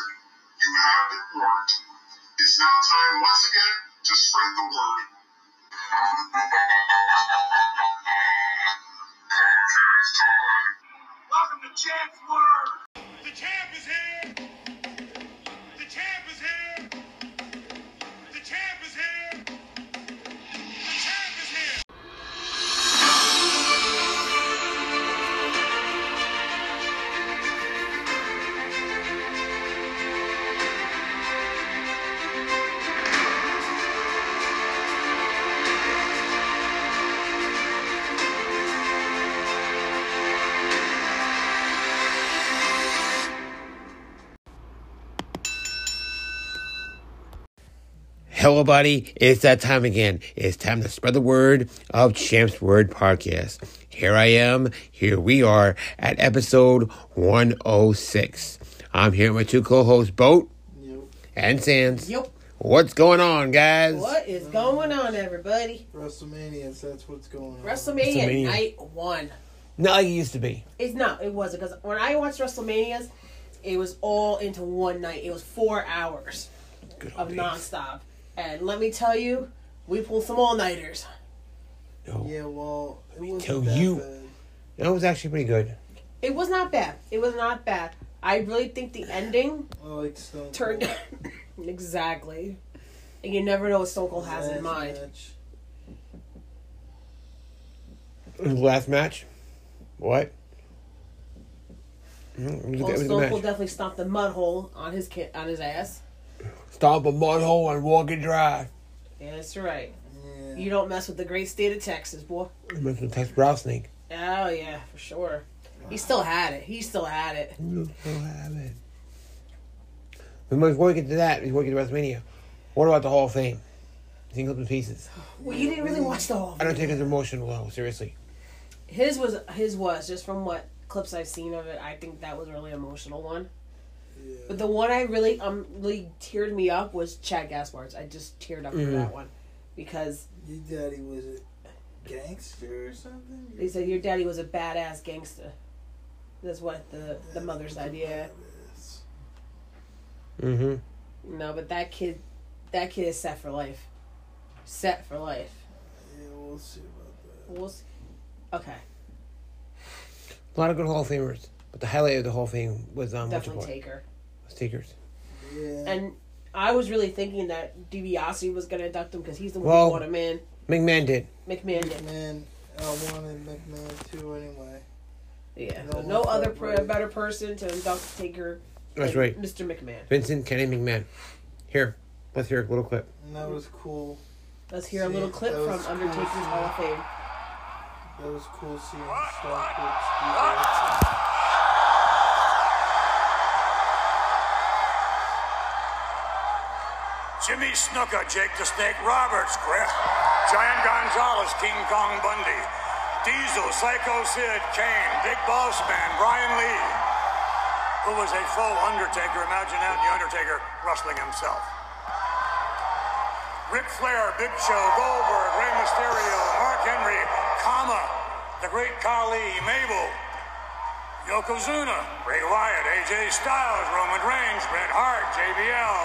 You have been warned. It's now time once again to spread the word. Welcome to Champ's Word. The champ is here. The champ is here. The champ is here. The champ is here. Hello, buddy. It's that time again. It's time to spread the word of Champ's Word Podcast. Here I am. Here we are at episode 106. I'm here with two co hosts, Boat and Sands. Yep. What's going on, guys? What is going on, everybody? WrestleMania, so that's what's going on. WrestleMania, WrestleMania. night one. Not like it used to be. It's not. It wasn't because when I watched WrestleManias, it was all into one night. It was four hours Good of old days. nonstop. And let me tell you, we pulled some all nighters. No. yeah, well, it wasn't tell that you. bad. That was actually pretty good. It was not bad. It was not bad. I really think the ending I like Stone turned Cold. exactly. And you never know what Stone Cold has Last in mind. match. The last match? What? Mm, It was a Well, good- it was a Oh, Stone good Cold match. definitely stomped the mud hole on his ki- on his ass. Stomp a mud hole and walk it dry. Yeah, that's right. Yeah. You don't mess with the great state of Texas, boy. I'm going to text Browsnake. Oh yeah, for sure. He still had it. He still had it. You don't have it. We must work into that before we get to WrestleMania. What about the Hall of Fame? Singles and pieces. Well, you didn't really watch the whole. Mm. I don't take it as emotional though, seriously. His was his was just from what clips I've seen of it. I think that was a really emotional one. Yeah. But the one I really um really teared me up was Chad Gaspar's. I just teared up for Mhm. that one because Your daddy was a gangster or something? they said your daddy was a badass gangster. That's what the the mother said. Yeah. Yes. Mm-hmm. No, but that kid, that kid is set for life. Set for life. Yeah, we'll see about We'll s- okay. A lot of good Hall of Famers. But the highlight of the Hall of Fame was um what you Definitely call it? take her. Was Takers. that. Yeah. And I was really thinking that DiBiase was going to induct him because he's the one Well- who brought him in. McMahon did. McMahon did. McMahon, I wanted McMahon too anyway. Yeah. No So one no felt other per- right. better person to induct Taker That's than right. Mr. McMahon. Vincent Kennedy McMahon. Here. Let's hear a little clip. And that was cool. Let's hear a See, little clip that was from Undertaker's cool. Hall of Fame. That was cool seeing Stone Cold Steve Austin. Jimmy Snuka, Jake the Snake Roberts, Griff, Giant Gonzalez, King Kong Bundy, Diesel, Psycho Sid, Kane, Big Boss Man, Brian Lee, who was a full Undertaker. Imagine that, the Undertaker rustling himself. Ric Flair, Big Show, Goldberg, Rey Mysterio, Mark Henry, Kama, the Great Khali, Mabel, Yokozuna, Ray Wyatt, AJ Styles, Roman Reigns, Bret Hart, JBL,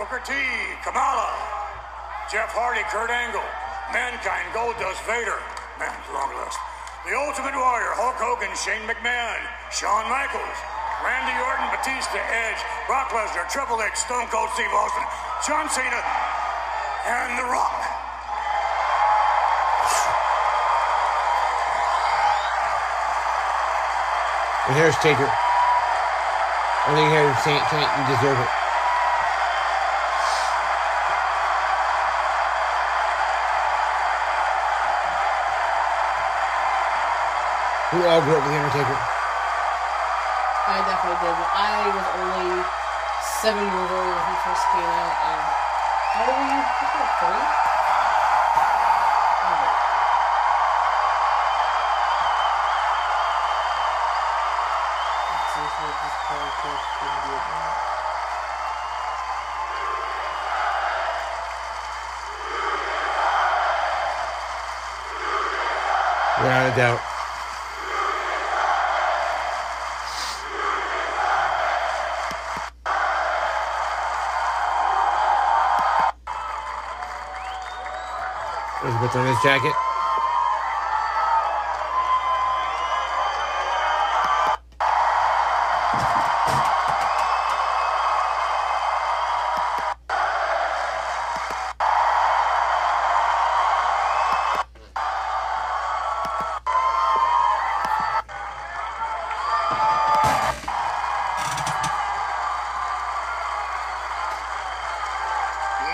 Booker T, Kamala, Jeff Hardy, Kurt Angle, Mankind, Goldust, Vader, man, it's a long list. The Ultimate Warrior, Hulk Hogan, Shane McMahon, Shawn Michaels, Randy Orton, Batista, Edge, Brock Lesnar, Triple H, Stone Cold Steve Austin, John Cena, and The Rock. And here's Taker. I think here Saint Saint you deserve it. We all grew up with the Undertaker. I definitely did. but I was only seven years old when he first came out. And how old were you? I think you were three? Oh. It's just like this podcast couldn't be about. Without a doubt. What's on his jacket?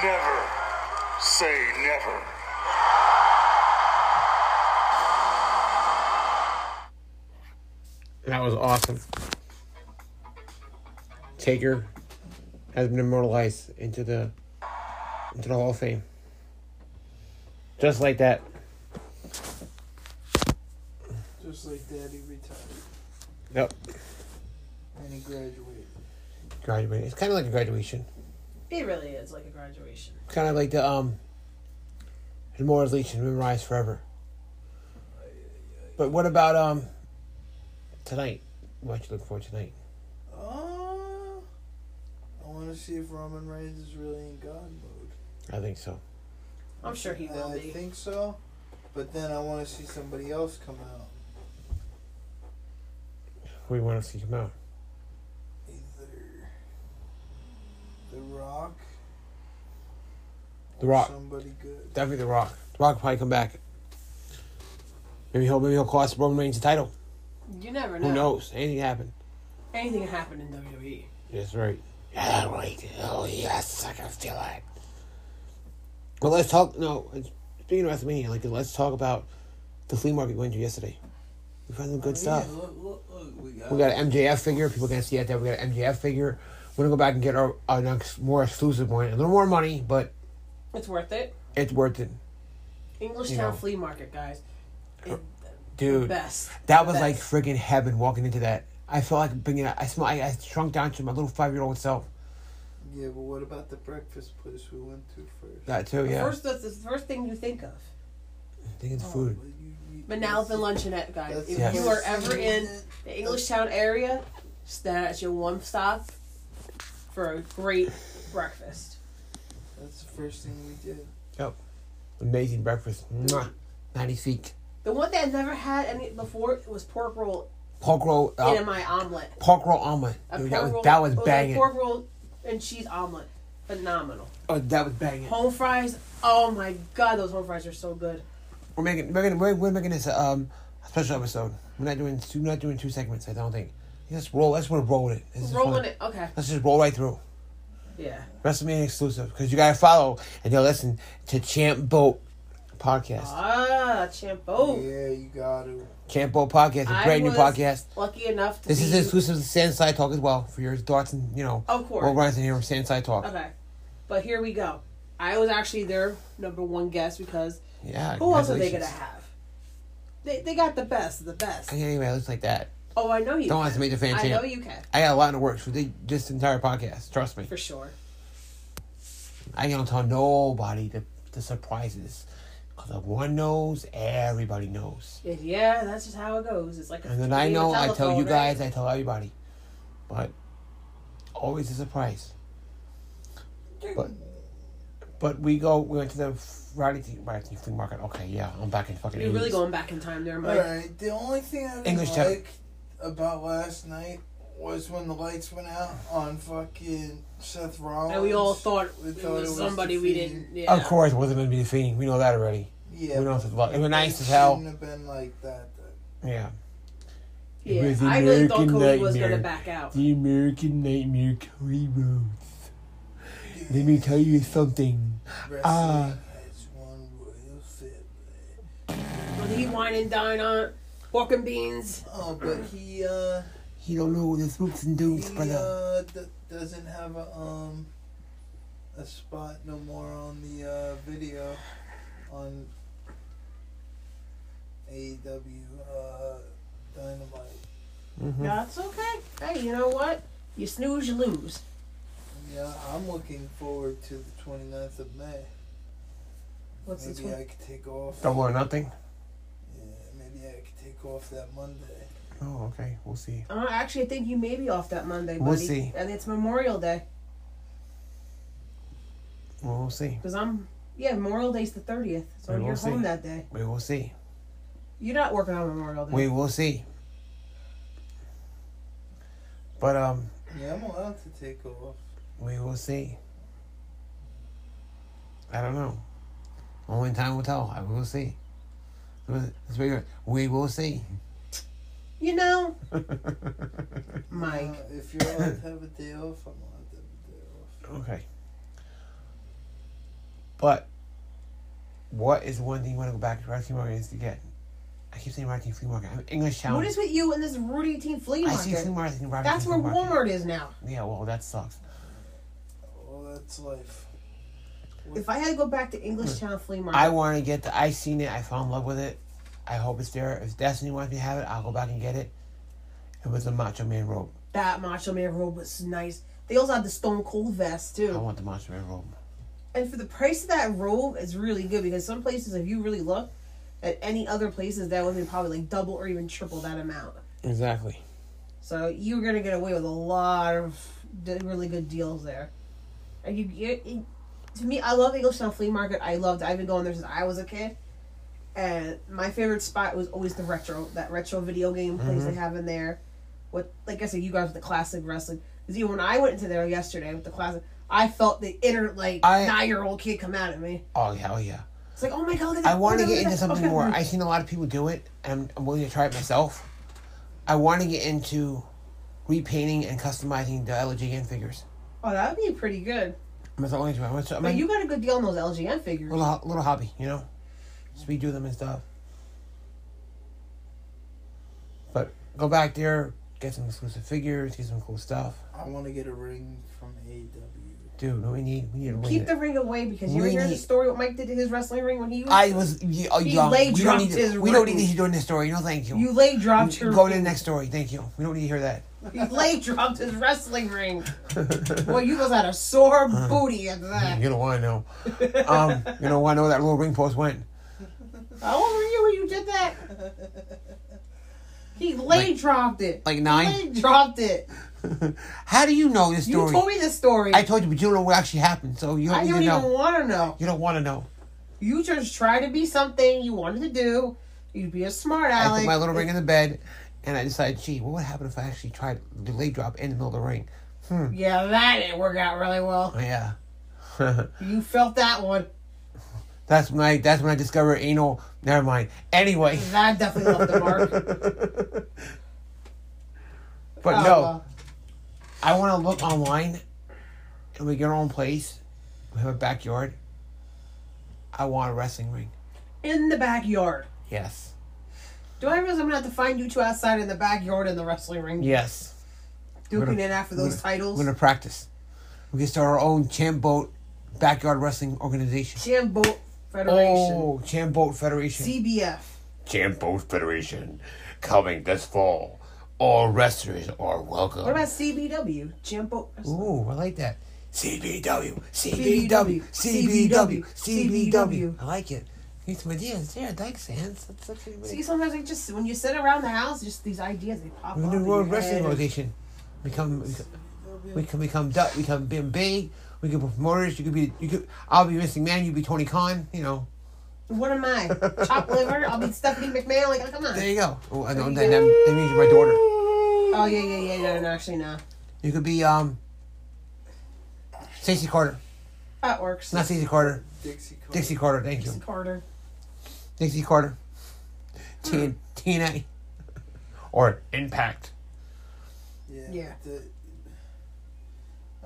Never say never. That was awesome. Taker has been immortalized into the into the Hall of Fame. Just like that. Just like Daddy retired Yep. and he graduated. Graduating. It's kind of like a graduation. It really is like a graduation. It's kind of like the um immortalization memorized forever. But what about um tonight? What you look for tonight? Uh, I want to see if Roman Reigns is really in God mode. I think so. I'm sure he will I be. think so, but then I want to see somebody else come out. We want to see him out. Either The Rock. The or Rock. Somebody good. Definitely The Rock. The Rock will probably come back. Maybe he'll maybe he'll cost Roman Reigns the title. You never know. Who knows? Anything happened. Anything can happen in E. WWE. That's right. Yeah, right. Oh yes, I can feel it. But let's talk. No, it's- speaking of WrestleMania, like let's talk about the flea market we went to yesterday. We found some good stuff. Yeah, look, look, look, we got. We got an MJF figure. People can see that there. We got an MJF figure. We're gonna go back and get our, our next more exclusive one. A little more money, but It's worth it. it's worth it, English You Town know. Flea Market, guys. It, dude. best. That was Best. like freaking heaven walking into that. I felt like bringing. I smell. I, I shrunk down to my little five year old self. Yeah, but what about the breakfast place we went to first? That too. Yeah. First, that's the first thing you think of. I think it's Oh, food. well, you- you- But now it's the luncheonette, guys. That's- If Yes. you are ever in the English Town area, that's your one stop for a great breakfast. That's the first thing we did. Yep. Amazing breakfast. Mwah. Ninety feet. The one that I never had any before was pork roll Pork roll. Uh, in my omelet. pork roll omelet. A Dude, pork that was roll, that was it a banging. pork roll and cheese omelet, phenomenal. Oh, that was banging. Home fries, oh my god, those home fries are so good. We're making we're, gonna, we're, we're making this um a special episode. We're not doing two, we're not doing two segments. I don't think. Let's roll. Let's wanna roll with it. This is Rolling fun. it, okay, Let's just roll right through. yeah. WrestleMania exclusive because you gotta follow and you'll listen to Champ Boat podcast. Ah, champo. Yeah, you got to. Champ Boat podcast, a I brand new was podcast. Lucky enough to This be, is exclusive to Sand Side Talk as well for your thoughts and you know. Of course. What runs in here from Sand Side Talk? Okay, but here we go. I was actually their number one guest because Yeah. who else are they gonna congratulations. have? They, they got the best of the best. Okay, anyway, it looks like that. Oh, I know you. Don't can. have to make the fan I champ. know you can I got a lot in the works for the, this entire podcast. Trust me. for sure. I ain't gonna tell nobody the, the surprises. Because if one knows, everybody knows. And yeah, that's just how it goes. It's like a And then game I of know, I tell telephone, you right? guys, I tell everybody. But always a surprise. But but we go, we went to the Friday Friday flea market. Okay, yeah, I'm back in fucking You're 80s. really going back in time there, Mike. Alright, the only thing I didn't English like Town. about last night was when the lights went out on fucking Seth Rollins. And we all thought We it thought it was was somebody we defeating. didn't. Yeah. Of course, it wasn't going to be the Fiend. We know that already. Yeah. we know it's luck. It was nice it as hell. Shouldn't have been like that. Though. Yeah. Yeah. It was the I really thought American Cody was nightmare. gonna back out. The American Nightmare Cody Rhodes. Let me tell you something. Wrestling Ah. has one royal fit. Was he wine and dine on pork and beans? Oh, but he uh, He don't know the spooks and he dooms, brother. uh, d- doesn't have a um, a spot no more on the uh video, on AEW uh Dynamite. That's okay. Hey, you know what? You snooze, you lose. Yeah, I'm looking forward to the 29th of May. What's the Maybe twi- I could take off. Double or nothing. Yeah, maybe I could take off that Monday. Oh, okay. We'll see. Uh, actually, I think you may be off that Monday, buddy. We'll see. And it's Memorial Day We'll see. because I'm Yeah, Memorial Day's the 30th, so We will you're see. home that day. We will see. You're not working on Memorial Day. We will see. But um, Yeah, I'm allowed to take off. we will see. I don't know. Only time will tell. I will see. Let's figure it. We will see. You know, Mike. Uh, if you're allowed to have a day off, I'm allowed to have a day off. Okay. But what is one thing you want to go back to Rocky Market is to get? I keep saying Rocky Flea Market. I'm English What challenge. is with you and this Rudy Teen flea I see market? flea market. I think Rocky That's Flea where Market. Walmart is now. Yeah, well, that sucks. Well, that's life. If I had to go back to English Town Flea Market, Hmm. I want to get the. I seen it. I fell in love with it. I hope it's there. If Destiny wants me to have it, I'll go back and get it. It was a Macho Man robe. that Macho Man robe was nice. They also had the Stone Cold vest I too. want the Macho Man robe. And for the price of that robe, it's really good because some places, if you really look at any other places, that would be probably like double or even triple that amount. Exactly. So you're gonna get away with a lot of d- really good deals there. And you get it- to me, I love English Town Flea Market. I loved. I've been going there since I was a kid, and my favorite spot was always the retro that retro video game place Mm-hmm. they have in there. With like I said, you guys with the classic wrestling. Because even when I went into there yesterday with the classic, I felt the inner like I- nine year old kid come out at me. Oh hell yeah! It's like, oh my god! look at I that- want to look at get into that- something okay. more. I've seen a lot of people do it, and I'm, I'm willing to try it myself. I want to get into repainting and customizing the LGN figures. Oh, that would be pretty good. That's the only thing I want to. I But mean, you got a good deal on those LGN figures. little ho- little hobby, you know, just redo them and stuff. But go back there, get some exclusive figures, get some cool stuff, I want to get a E ring from AEW. dude. We need we need to win Keep it. the ring away because you We hear the need- story what Mike did to his wrestling ring when he was. I was y- oh, He young. lay We don't dropped need his to, we don't need ring. to hear doing this story. No, thank you. you lay dropped your go to the next story. Thank you. We don't need to hear that. You lay dropped his wrestling ring. Boy, you was had a sore Uh-huh. booty at that. You don't want to know. Um, you don't want to know where that little ring post went. How old were you when you did that? He lay dropped it. Like Lay nine. dropped it. How do you know this You story? told me this story. I told you, but you don't know what actually happened, so you don't I need don't to even know. want to know. You don't want to know. You just tried to be something you wanted to do. You'd be a smart I aleck. put my little ring in the bed, and I decided, gee, what would happen if I actually tried the leg drop in the middle of the ring? Yeah, that didn't work out really well. Yeah, You felt that one. uh, that's when I that's when I discovered anal. Never mind. Anyway, That definitely left a mark. but Oh, no, well. I want to look online, and we get our own place. We have a backyard. I want a wrestling ring. in the backyard. Yes. Do I realize I'm gonna have to find you two outside in the backyard in the wrestling ring, Yes. duking gonna- it out for those titles? We're gonna practice. We can start our own Cham Boat Backyard Wrestling Organization. Jam Boat Federation, Oh, Cham Boat Federation. CBF. Cham Boat Federation, coming this fall. All wrestlers are welcome. What about CBW? Jam Boat. Wrestling? Ooh, I like that. CBW, CBW, CBW, CBW, CBW. CBW. I like it. Need some ideas. Yeah, thanks, Hans. That's such a good See, sometimes like just when you sit around the house, just these ideas they pop We're up. gonna in do World your Wrestling head. Organization. Become, we can become duck. We can become big. We can be promoters. You could be. You could. I'll be Missing Man. You be Tony Khan. You know. What am I? Chop liver? I'll be Stephanie McMahon. Like, oh, come on. There you go. Oh, I know that, that, that means you're my daughter. Oh yeah, yeah, yeah. No, no, actually, no. You could be um. Stacey Carter. That works. Not Stacey Carter. Dixie Carter. Dixie Carter. Thank you. Carter. Dixie Carter. T- TNA. Or Impact. Yeah. Yeah. the-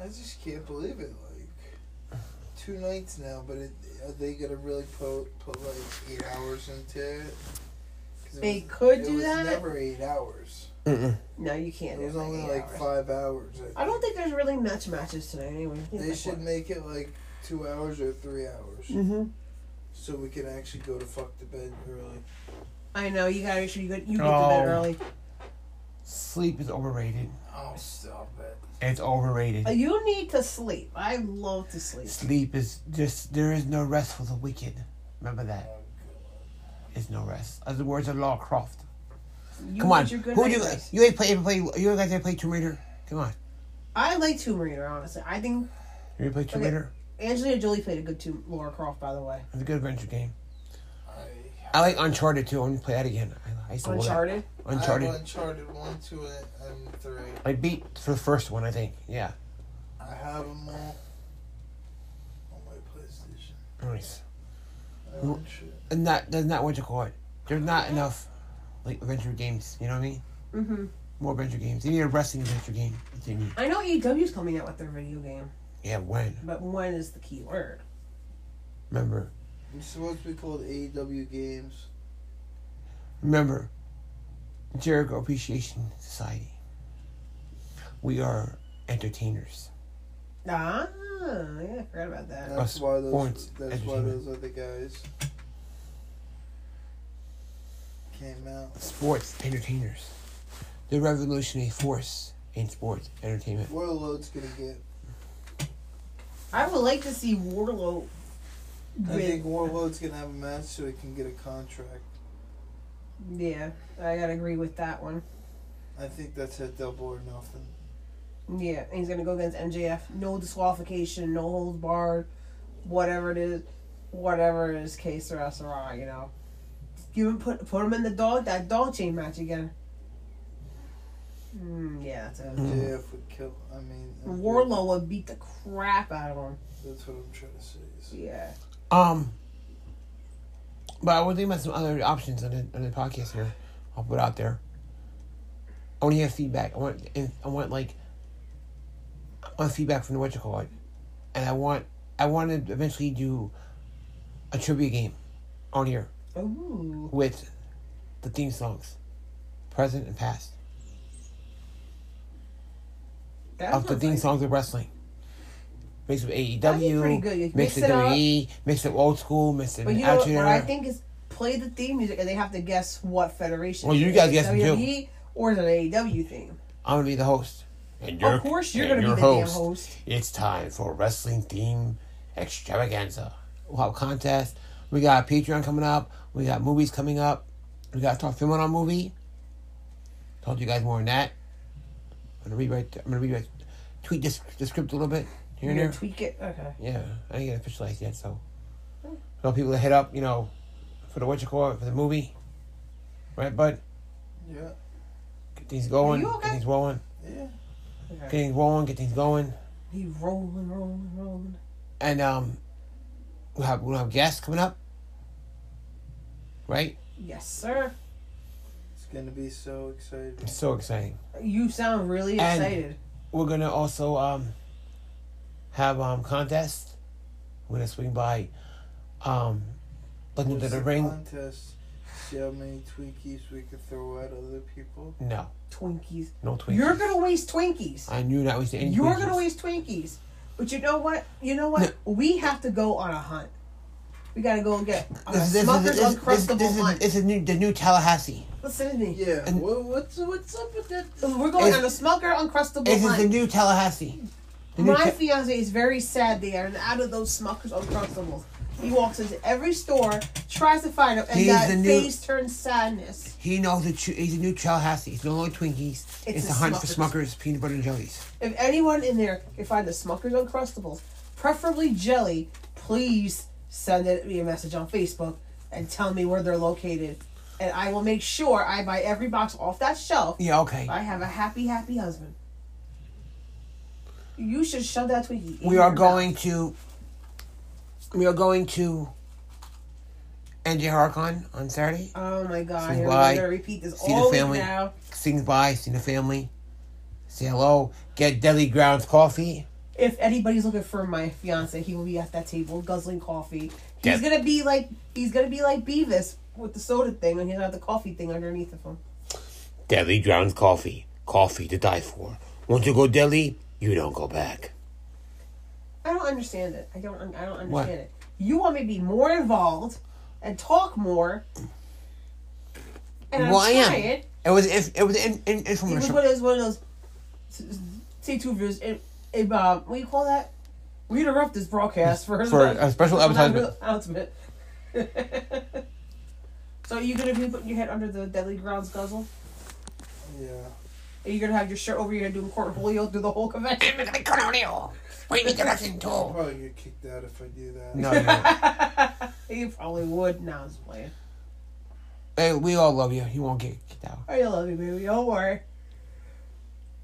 I just can't believe it. Like two nights now, but it, are they gonna really put put like eight hours into it? 'Cause it They was- could it do was that? Never eight hours. Mm-mm. No, you can't. It do was that. only Yeah, like hours. five hours. I don't think there's really much matches today. Anyway, I think they that's should what- make it like two hours or three hours, Mm-hmm. so we can actually go to fuck to bed early. I know you gotta make sure you get you get to Oh. bed early. Sleep is overrated. Oh, stop it! It's overrated. Uh, You need to sleep. I love to sleep. Sleep is just there is no rest for the wicked. Remember that. Oh, God. There's no rest. As the words of Law Croft. You Come on. need your good Who do you night rest. you ain't play ever play you guys ever play Tomb Raider? Come on. I like Tomb Raider. Honestly, I think You ever play Tomb Okay. Raider? Angelina Jolie played a good too, Laura Croft, by the way. It's a good adventure game. I, I like Uncharted too. I want to play that again. I, I used to love that. Uncharted. Uncharted. I have Uncharted 1, 2, and 3. I beat for the first one, I think. Yeah. I have them all on my PlayStation. Nice. I own shit. And that that's not what you call it. There's not enough like adventure games. You know what I mean? Mm-hmm. More adventure games. You need a wrestling adventure game. That's what you need. I know AEW's coming out with their video game, Yeah. When? but when is the key word? Remember? It's supposed to be called AEW Games. Remember? Jericho Appreciation Society. We are entertainers. Ah, yeah, I forgot about that. That's Us why those. orange That's why entertainment. those other guys came out. Sports entertainers. The revolutionary force in sports entertainment. Warlord's gonna get. I would like to see Warlow I think win. Warlord's gonna have a match so he can get a contract. Yeah, I gotta agree with that one. I think that's a double or nothing. Yeah, and he's gonna go against MJF. No disqualification, no hold barred, whatever it is, whatever it is, case or SRI, you know. You even put put him in the dog that dog chain match again. Mm, yeah, that's Hmm. it. MJF would kill. I mean, MJF Warlow would beat the crap out of him. That's what I'm trying to say. is- Yeah. Um, but I would think about some other options on the, on the podcast here. I'll put out there. I want to hear feedback. I want, and I want like, I want feedback from the what you call it, and I want, I want to eventually do a trivia game on here Ooh. with the theme songs, present and past, That of the sounds theme like- songs of wrestling. Mix it with That'd be pretty AEW, good. You mix, mix it it up. WWE, E, mix it with old school, mix it But with you know what, Attitude what I Era. think is play the theme music and they have to guess what federation. Well, you it is. guys guess it too. WWE or is it an AEW theme? I'm gonna be the host. And Of course you're and gonna be your the damn host. It's time for wrestling theme extravaganza. We'll have contest. We got Patreon coming up. We got movies coming up. We got to start filming our movie. Told you guys more on that. I'm gonna rewrite. I'm gonna rewrite. Tweet this the script a little bit here You're and gonna there. tweak it. Okay. Yeah, I didn't get officialized yet, so. Oh. I want people to hit up, you know, for the what you call it for the movie, right? Bud, Yeah, get things going. you okay? Get things rolling. yeah. Get things rolling. Get things going. He rolling, rolling, rolling. and um, we'll have we'll have guests coming up, right? Yes, sir. It's gonna be so exciting. It's so exciting. You sound really And- excited. We're gonna also um, have um contests. We're gonna swing by, um, looking It's into the a ring. contest. See how many Twinkies we can throw at other people. No, Twinkies. no twinkies. You're gonna waste Twinkies. I knew not wasting any. You're Twinkies. gonna waste Twinkies. But you know what? You know what? We have to go on a hunt. We gotta go get a This, is- Smucker's this, is- this, is- Uncrustable this, is- hunt. this is new, the new Tallahassee. Listen to me. Yeah. And- what, what's what's up with that? We're going It's- on a Smucker Uncrustable This is the hunt. new Tallahassee. The new My Ta- fiance is very sad they are out of those Smucker's Uncrustables. He walks into every store, tries to find them, and He's that the new- face turns sadness. he knows the tru- he's a new Tallahassee. It's no longer Twinkies. It's, It's a, a hunt for Smucker's. Smuckers, peanut butter and jellies. If anyone in there can find the Smucker's Uncrustables, preferably jelly, please send it, me a message on Facebook and tell me where they're located. And I will make sure I buy every box off that shelf. Yeah, okay. I have a happy, happy husband. You should shove that Twinkie. in we are your going mouth. to we are going to NJ Harcon on Saturday. Oh my god! See Here we why? going to repeat this See the all week family? now. Sings by, see the family, say hello, get Deli Grounds coffee. If anybody's looking for my fiance, he will be at that table guzzling coffee. He's Deb- gonna be like he's gonna be like Beavis with the soda thing, and he's not the coffee thing underneath of him. Deli Grounds coffee, coffee to die for. Once you go Deli, you don't go back. I don't understand it. I don't. I don't understand What? it. You want me to be more involved and talk more. And I'm Well, I am. trying. It It was if it was in, in, was infomercial. one of those. One of those. Say two views. It, it, um, what do you call that? We interrupt this broadcast for For a special for my advertisement. announcement. so are you gonna be putting your head under the deadly grounds guzzle? Yeah. and you're gonna have your shirt over your head doing cornholio through the whole convention. I'm gonna cut on you. We need to listen I'll to. probably get kicked out if I do that. No, no. you probably would. Now it's playing. Hey, we all love you. You won't get kicked out. I love you, baby. Don't worry.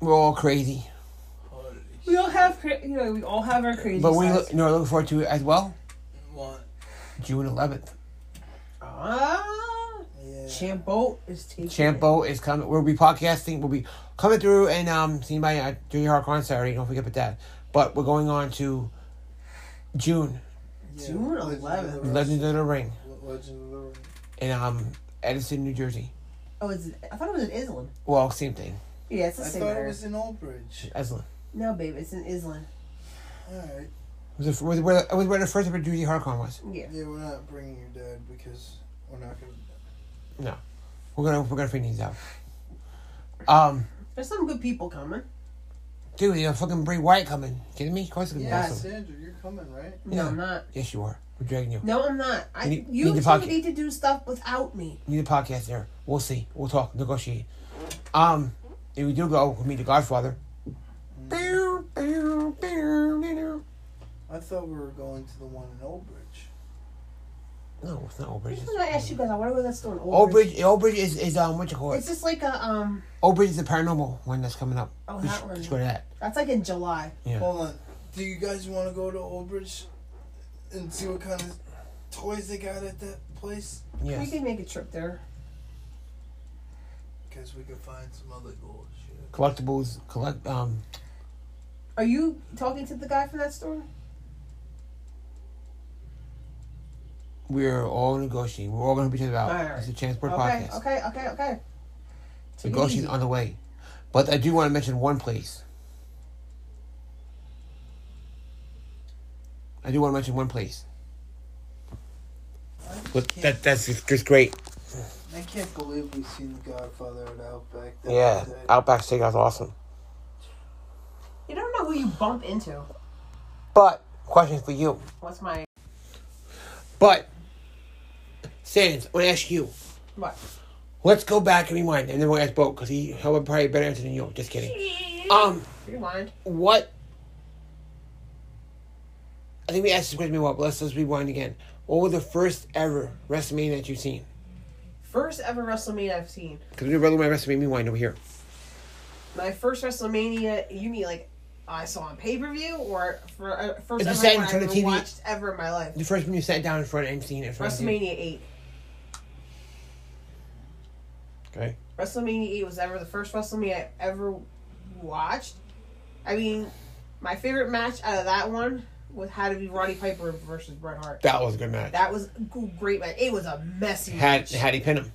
We're all crazy, Holy We all have, cra- you know, we all have our crazy. but we sides. look, you know, looking forward to it as well. What? June 11th, Ah, Yeah. Chambo is taking. Champo is coming. We'll be podcasting. We'll be coming through and um, seeing my uh, Junior Hard Con Saturday. Don't forget about that. But we're going on to June, Yeah. June Legend of the Ring. 11th. Legend of the Ring, Legend of the Ring. in um, Edison, New Jersey. Oh, it's, I thought it was in Island. Well, same thing. Yeah, it's the I same. thought it area. was in Old Bridge. Esalen. No, babe, it's in Island. Alright. It was, the- was where, it was where the first ever Judy Harcon was. Yeah. Yeah, we're not bringing your dad because we're not going to. We're gonna we're gonna figure these out. Um, There's some good people coming. dude, you know, fucking Bray Wyatt coming. Kidding me? Of course, it's gonna be Yeah, Yes. awesome. Sandra, you're coming, right? No, Yeah. I'm not. Yes, you are. We're dragging you. No, I'm not. I, You you need- you need to two pocket- need to do stuff without me. Need a podcast there. We'll see. We'll talk. Negotiate. Um, if we do go, we'll meet the Godfather. Bow, bow, bow, bow. I thought we were going to the one in Old Bridge. No, it's not Old Bridge. That's what I asked you guys. I wonder where that's doing. Old Bridge. Old Bridge is is um what you call It's it? just like a um. Old Bridge is the paranormal one that's coming up. Oh, We that should- one. should go to that. That's like in July. Yeah. Hold on. Do you guys want to go to Old Bridge and see what kind of toys they got at that place? We Yes. can make a trip there. Because we could find some other gold shit. Collectibles. Collect. Um. Are you talking to the guy from that store? We're all negotiating. We're all going to be each other out. All right. Oh, It's a Transport okay, podcast. okay, okay, okay. Take it Negotiating easy. on the way. But I do want to mention one place. I do want to mention one place. But that that's just just great. I can't believe we've seen The Godfather at Outback. That Yeah, day. Outback Steakhouse, awesome. You don't know who you bump into. But question for you. What's my But Sands, I want to ask you. what? Let's go back and rewind, and then we'll ask Bo because he he'll have probably a better answer than you. Just kidding. Um. Rewind. what I think we asked this question before, but let's just rewind again. What was the first ever WrestleMania that you've seen? First ever WrestleMania I've seen. Because we're really my WrestleMania rewind over here. My first WrestleMania. You mean like I saw on pay per view or for uh, first It's the ever same one I from the ever TV. watched ever in my life? The first one you sat down in front and seen it. in front of you. WrestleMania eight. Okay. WrestleMania 8 was ever the first WrestleMania I ever watched. I mean, my favorite match out of that one was had to be Roddy Piper versus Bret Hart. That was a good match. That was a g- great match. It was a messy Had match. had he pin him.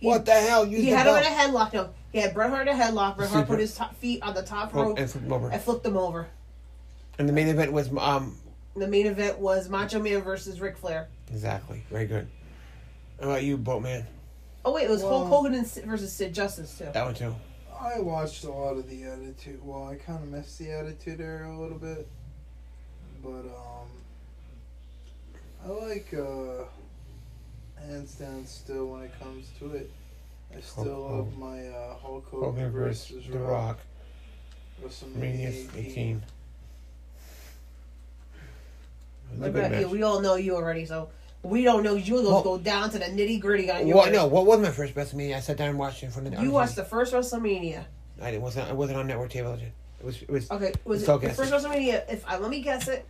what the hell? You he had him in a headlock. No, he had Bret Hart in a headlock. Bret Hart Super. put his top feet on the top Oh, rope and flipped him over. and flipped him over. And the main event was um The main event was Macho Man versus Ric Flair. exactly very good. How about you, Boatman? Oh wait, it was Hulk Wow. Hogan and Sid versus Sid Justice too. That one too. I watched a lot of the Attitude. Well, I kind of missed the Attitude Era a little bit, but um, I like uh, hands down still when it comes to it. I still Hulk love my uh, Hulk Hogan, Oh, Hogan versus versus The Rock. Mania WrestleMania 18. 18. It was a Like, good yeah, match. we all know you already, so we don't know you. Let's Well- go down to the nitty gritty on your. What no? What was my first WrestleMania? I sat down and watched it in front of the. You watched the first WrestleMania. I didn't. Wasn't. It wasn't on network television. It was. It was. Okay, was Let's it all the guess first it. WrestleMania? If I let me guess it,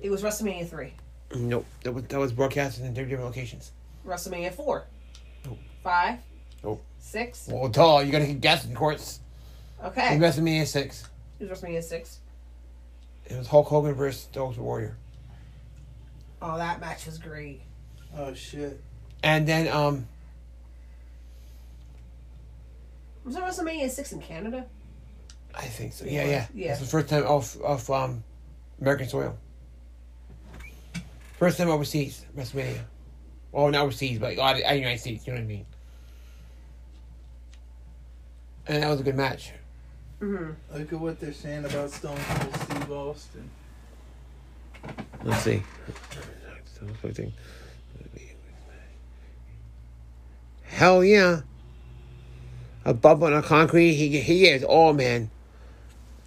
it was WrestleMania three, Nope. That was. That was broadcasted in different locations. WrestleMania four, Nope. five, Nope. six. Well, tall. You gotta keep guessing, of course. It Okay, was WrestleMania six. it was WrestleMania six. It was Hulk Hogan versus Dogs Warrior. Oh, that match was great. Oh shit! And then um, Was it WrestleMania six in Canada? I think so. Yeah, yeah. Yeah. It's the first time off off um, American soil. First time overseas WrestleMania. Well, not overseas, but out of out of the United States. You know what I mean. And that was a good match. Mm-hmm. Look at what they're saying about Stone Cold Steve Austin. Let's see. Hell yeah. a bump on the concrete. He he is all man.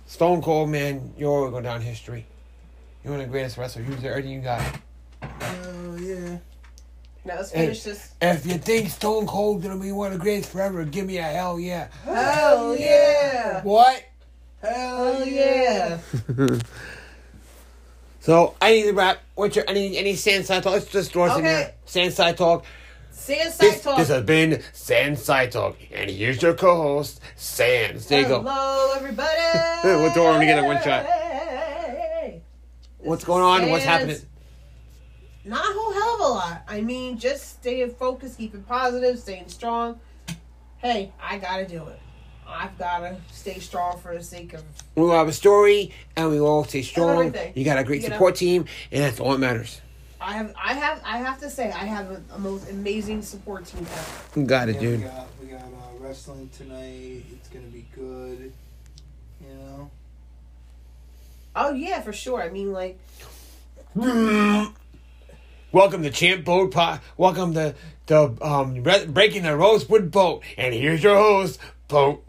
Stone Cold man, you always go down in history. You're one of the greatest wrestlers. You was everything you got. Oh, yeah. Now let's Hey. finish this. If you think Stone Cold's gonna be one of the greatest forever, give me a hell yeah. Oh yeah! What? Hell So I need to wrap. What's your any any sand side talk? Let's just throw us in Okay. there. Sand side talk. Sand side This, talk. this has been Sand Side Talk, and here's your co-host, Sans. There you go. Hello, everybody. We'll throw 'em together in one shot. What's going on? What's Sans. happening? Not a whole hell of a lot. I mean, just staying focused, keeping positive, staying strong. Hey, I gotta do it. I've gotta stay strong for the sake of We will have a story, and we will all stay strong. Everything. You got a great You know? support team, and that's all that matters. I have I have I have to say I have a, a most amazing support team ever. You got it, Yeah, we dude. got, we got uh, wrestling tonight. It's going to be good. You know? Oh yeah, for sure. I mean like Welcome to Champ Boat Pod. Welcome to the um, Re- Breaking the Rosewood Boat, and here's your host, Boat.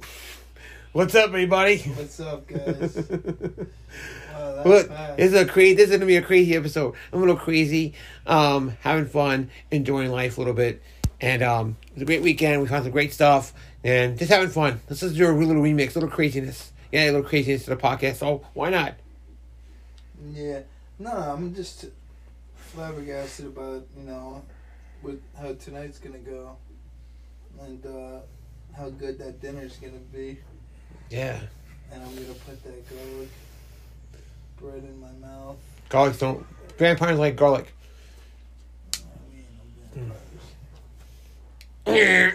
What's up, everybody? What's up, guys? wow, that's Look, fast. this is a crazy. This is gonna be a crazy episode. I'm a little crazy, um, having fun, enjoying life a little bit, and um, it was a great weekend. We found some great stuff, and just having fun. Let's just do a little remix, a little craziness. Yeah, a little craziness to the podcast. So why not? Yeah, no, I'm just flabbergasted about you know, with how tonight's gonna go, and uh, how good that dinner's gonna be, Yeah, and I'm gonna put that garlic bread in my mouth. garlic don't. Grandparents like garlic. I mean, I'm gonna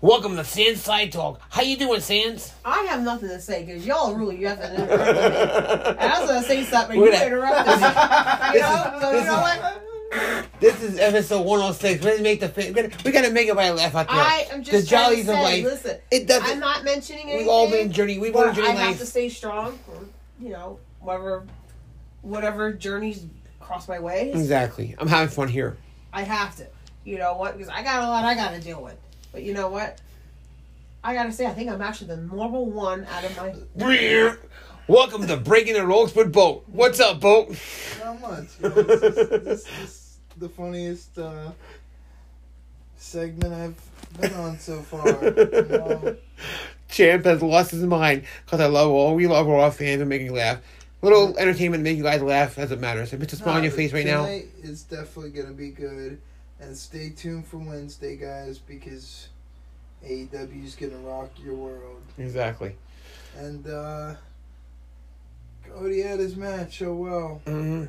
Welcome to Sans Side Talk. How you doing, Sans? I have nothing to say because y'all really you have to interrupt me. And I was gonna say something, We're you gonna- interrupted me. You know, so you know what? This is episode 106. We're gonna make the fa- we're gonna, we're gonna make everybody laugh out there. I am the just trying to jollies say, of life. listen, It doesn't. I'm not mentioning anything. we've all been journey. We've all but been journey I have to life. stay strong for you know whatever whatever journeys cross my way. Exactly. I'm having fun here. I have to. You know what? Because I got a lot I got to deal with. But you know what? I got to say, I think I'm actually the normal one out of my. Welcome to Breaking the Rosewood Boat. What's up, boat? Not much. You know, this, is, this is the funniest uh, segment I've been on so far. You know? Champ has lost his mind because I love all we love all our fans and making you laugh. Mm-hmm. Little entertainment to make you guys laugh doesn't matter. So put a smile on your face right now. Tonight is definitely gonna be good, and stay tuned for Wednesday, guys, because AEW's gonna rock your world. Exactly. And uh, Cody had his match. Oh well. hmm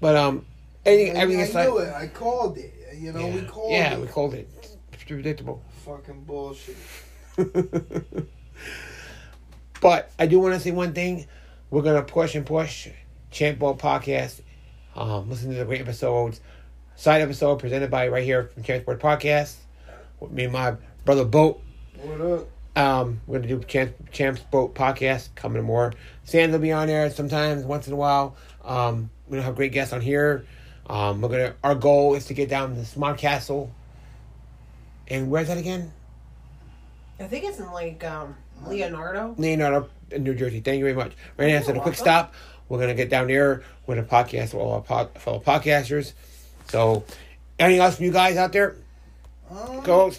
But um, anything, I, everything I aside, knew it. I called it. You know, yeah, we called yeah, it. we called it. It's predictable. Fucking bullshit. but I do want to say one thing. We're gonna push and push. Champ Ball Podcast. Um, listen to the great episodes. Side episode presented by right here from Champ Board Podcast. With me and my brother Boat. What up? Um, we're gonna do Champ, Champs Boat Podcast coming more. Sands will be on there sometimes, once in a while. Um, we're gonna have great guests on here. Um, we're gonna. Our goal is to get down to Smart Castle. And where's that again? I think it's in like um, Leonardo. Leonardo in New Jersey. Thank you very much. Right now, after a quick welcome. stop, we're gonna get down there with a podcast with all our pod, fellow podcasters. So, anything else from you guys out there? Um, Go.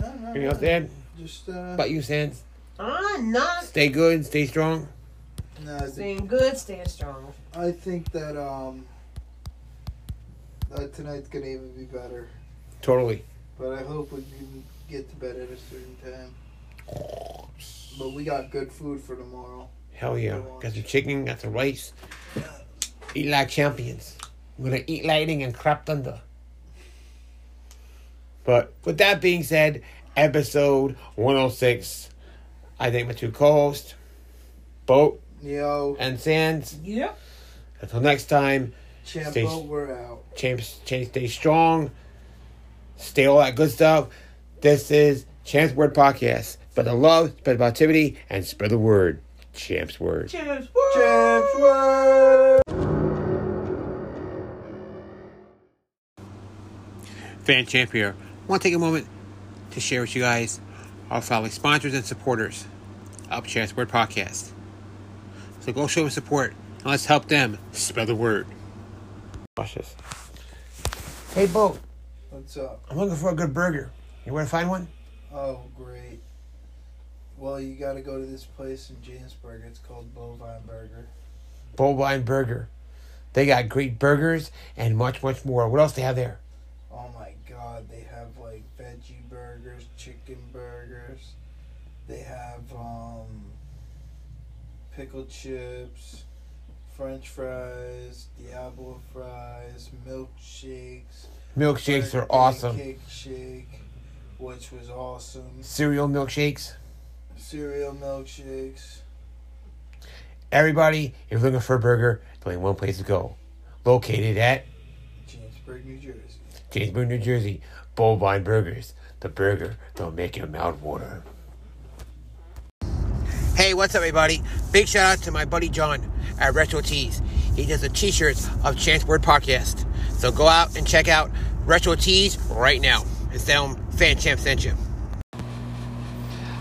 No, no, Anything no. else, Dan? Just uh. About you, Sans. Ah, not Stay good. Stay strong. no, I think, staying good, staying strong. I think that um. That tonight's gonna even be better. Totally. But I hope we can get to bed at a certain time. But we got good food for tomorrow. Hell yeah. Got some chicken. Got some rice. Eat like champions. We're gonna eat lightning and crap thunder. But with that being said, episode 106. I thank my two co-hosts, Boat Yo, and Sands. Yep. Until next time, Champo, Stace- we're out. champs, champs, stay strong, stay all that good stuff. This is Champs Word Podcast. Spread the love, spread the positivity, and spread the word. Champs Word. Cheers. Champs World! Fan Champ here. want to take a moment to share with you guys our following sponsors and supporters of Chance Word Podcast. So go show them support and let's help them spread the word. Watch this. Hey, Bo, What's up? I'm looking for a good burger. You want to find one? Oh, great. Well, you got to go to this place in Jamesburg. It's called Bovine Burger. Bovine Burger. They got great burgers and much, much more. What else they have there? Oh my God, they have like veggie burgers, chicken burgers. They have um, pickle chips, French fries, Diablo fries, milkshakes. Milkshakes are birthday awesome. Cake shake, which was awesome. Cereal milkshakes. Cereal milkshakes. Everybody, if you're looking for a burger, there's only one place to go. Located at Jamesburg, New Jersey. Jamesburg, New Jersey, Bovine Burgers. The burger that'll make your mouth water. Hey, what's up, everybody? Big shout out to my buddy John at Retro Tees. He does the t shirts of Chance Word Podcast. So go out and check out Retro Tees right now and tell them Fan Champ sent you.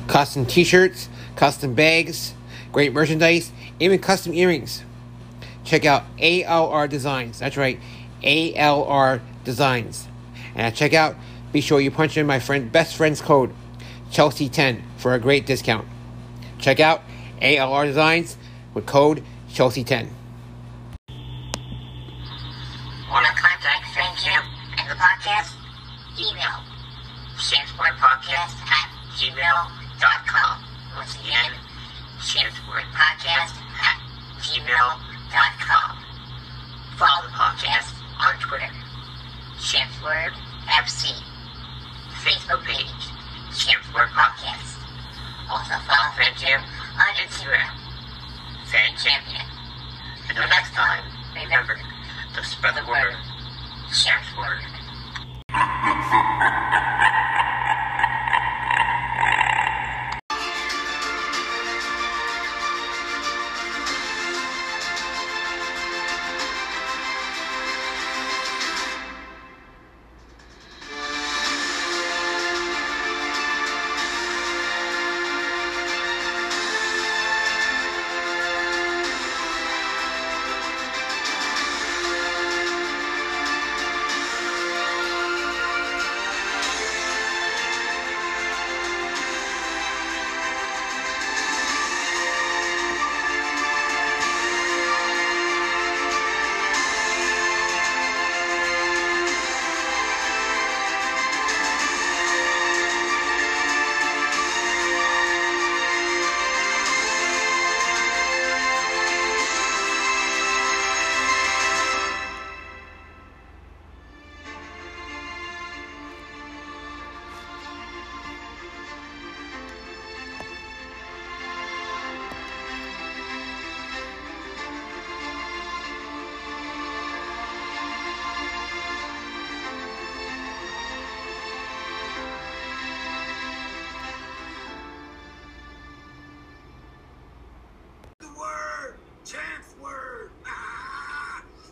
Custom t shirts, custom bags, great merchandise, even custom earrings check out ALR Designs. That's right, ALR Designs. And at checkout, be sure you punch in my friend best friend's code, Chelsea10, for a great discount. Check out ALR Designs with code Chelsea10. Want to contact Fan Champ and the podcast? Email Podcast at gmail.com. Once again, Podcast at gmail.com. Follow the podcast on Twitter, Champsword FC. Facebook page, Champsword Podcast. Also follow Fan Champ on Instagram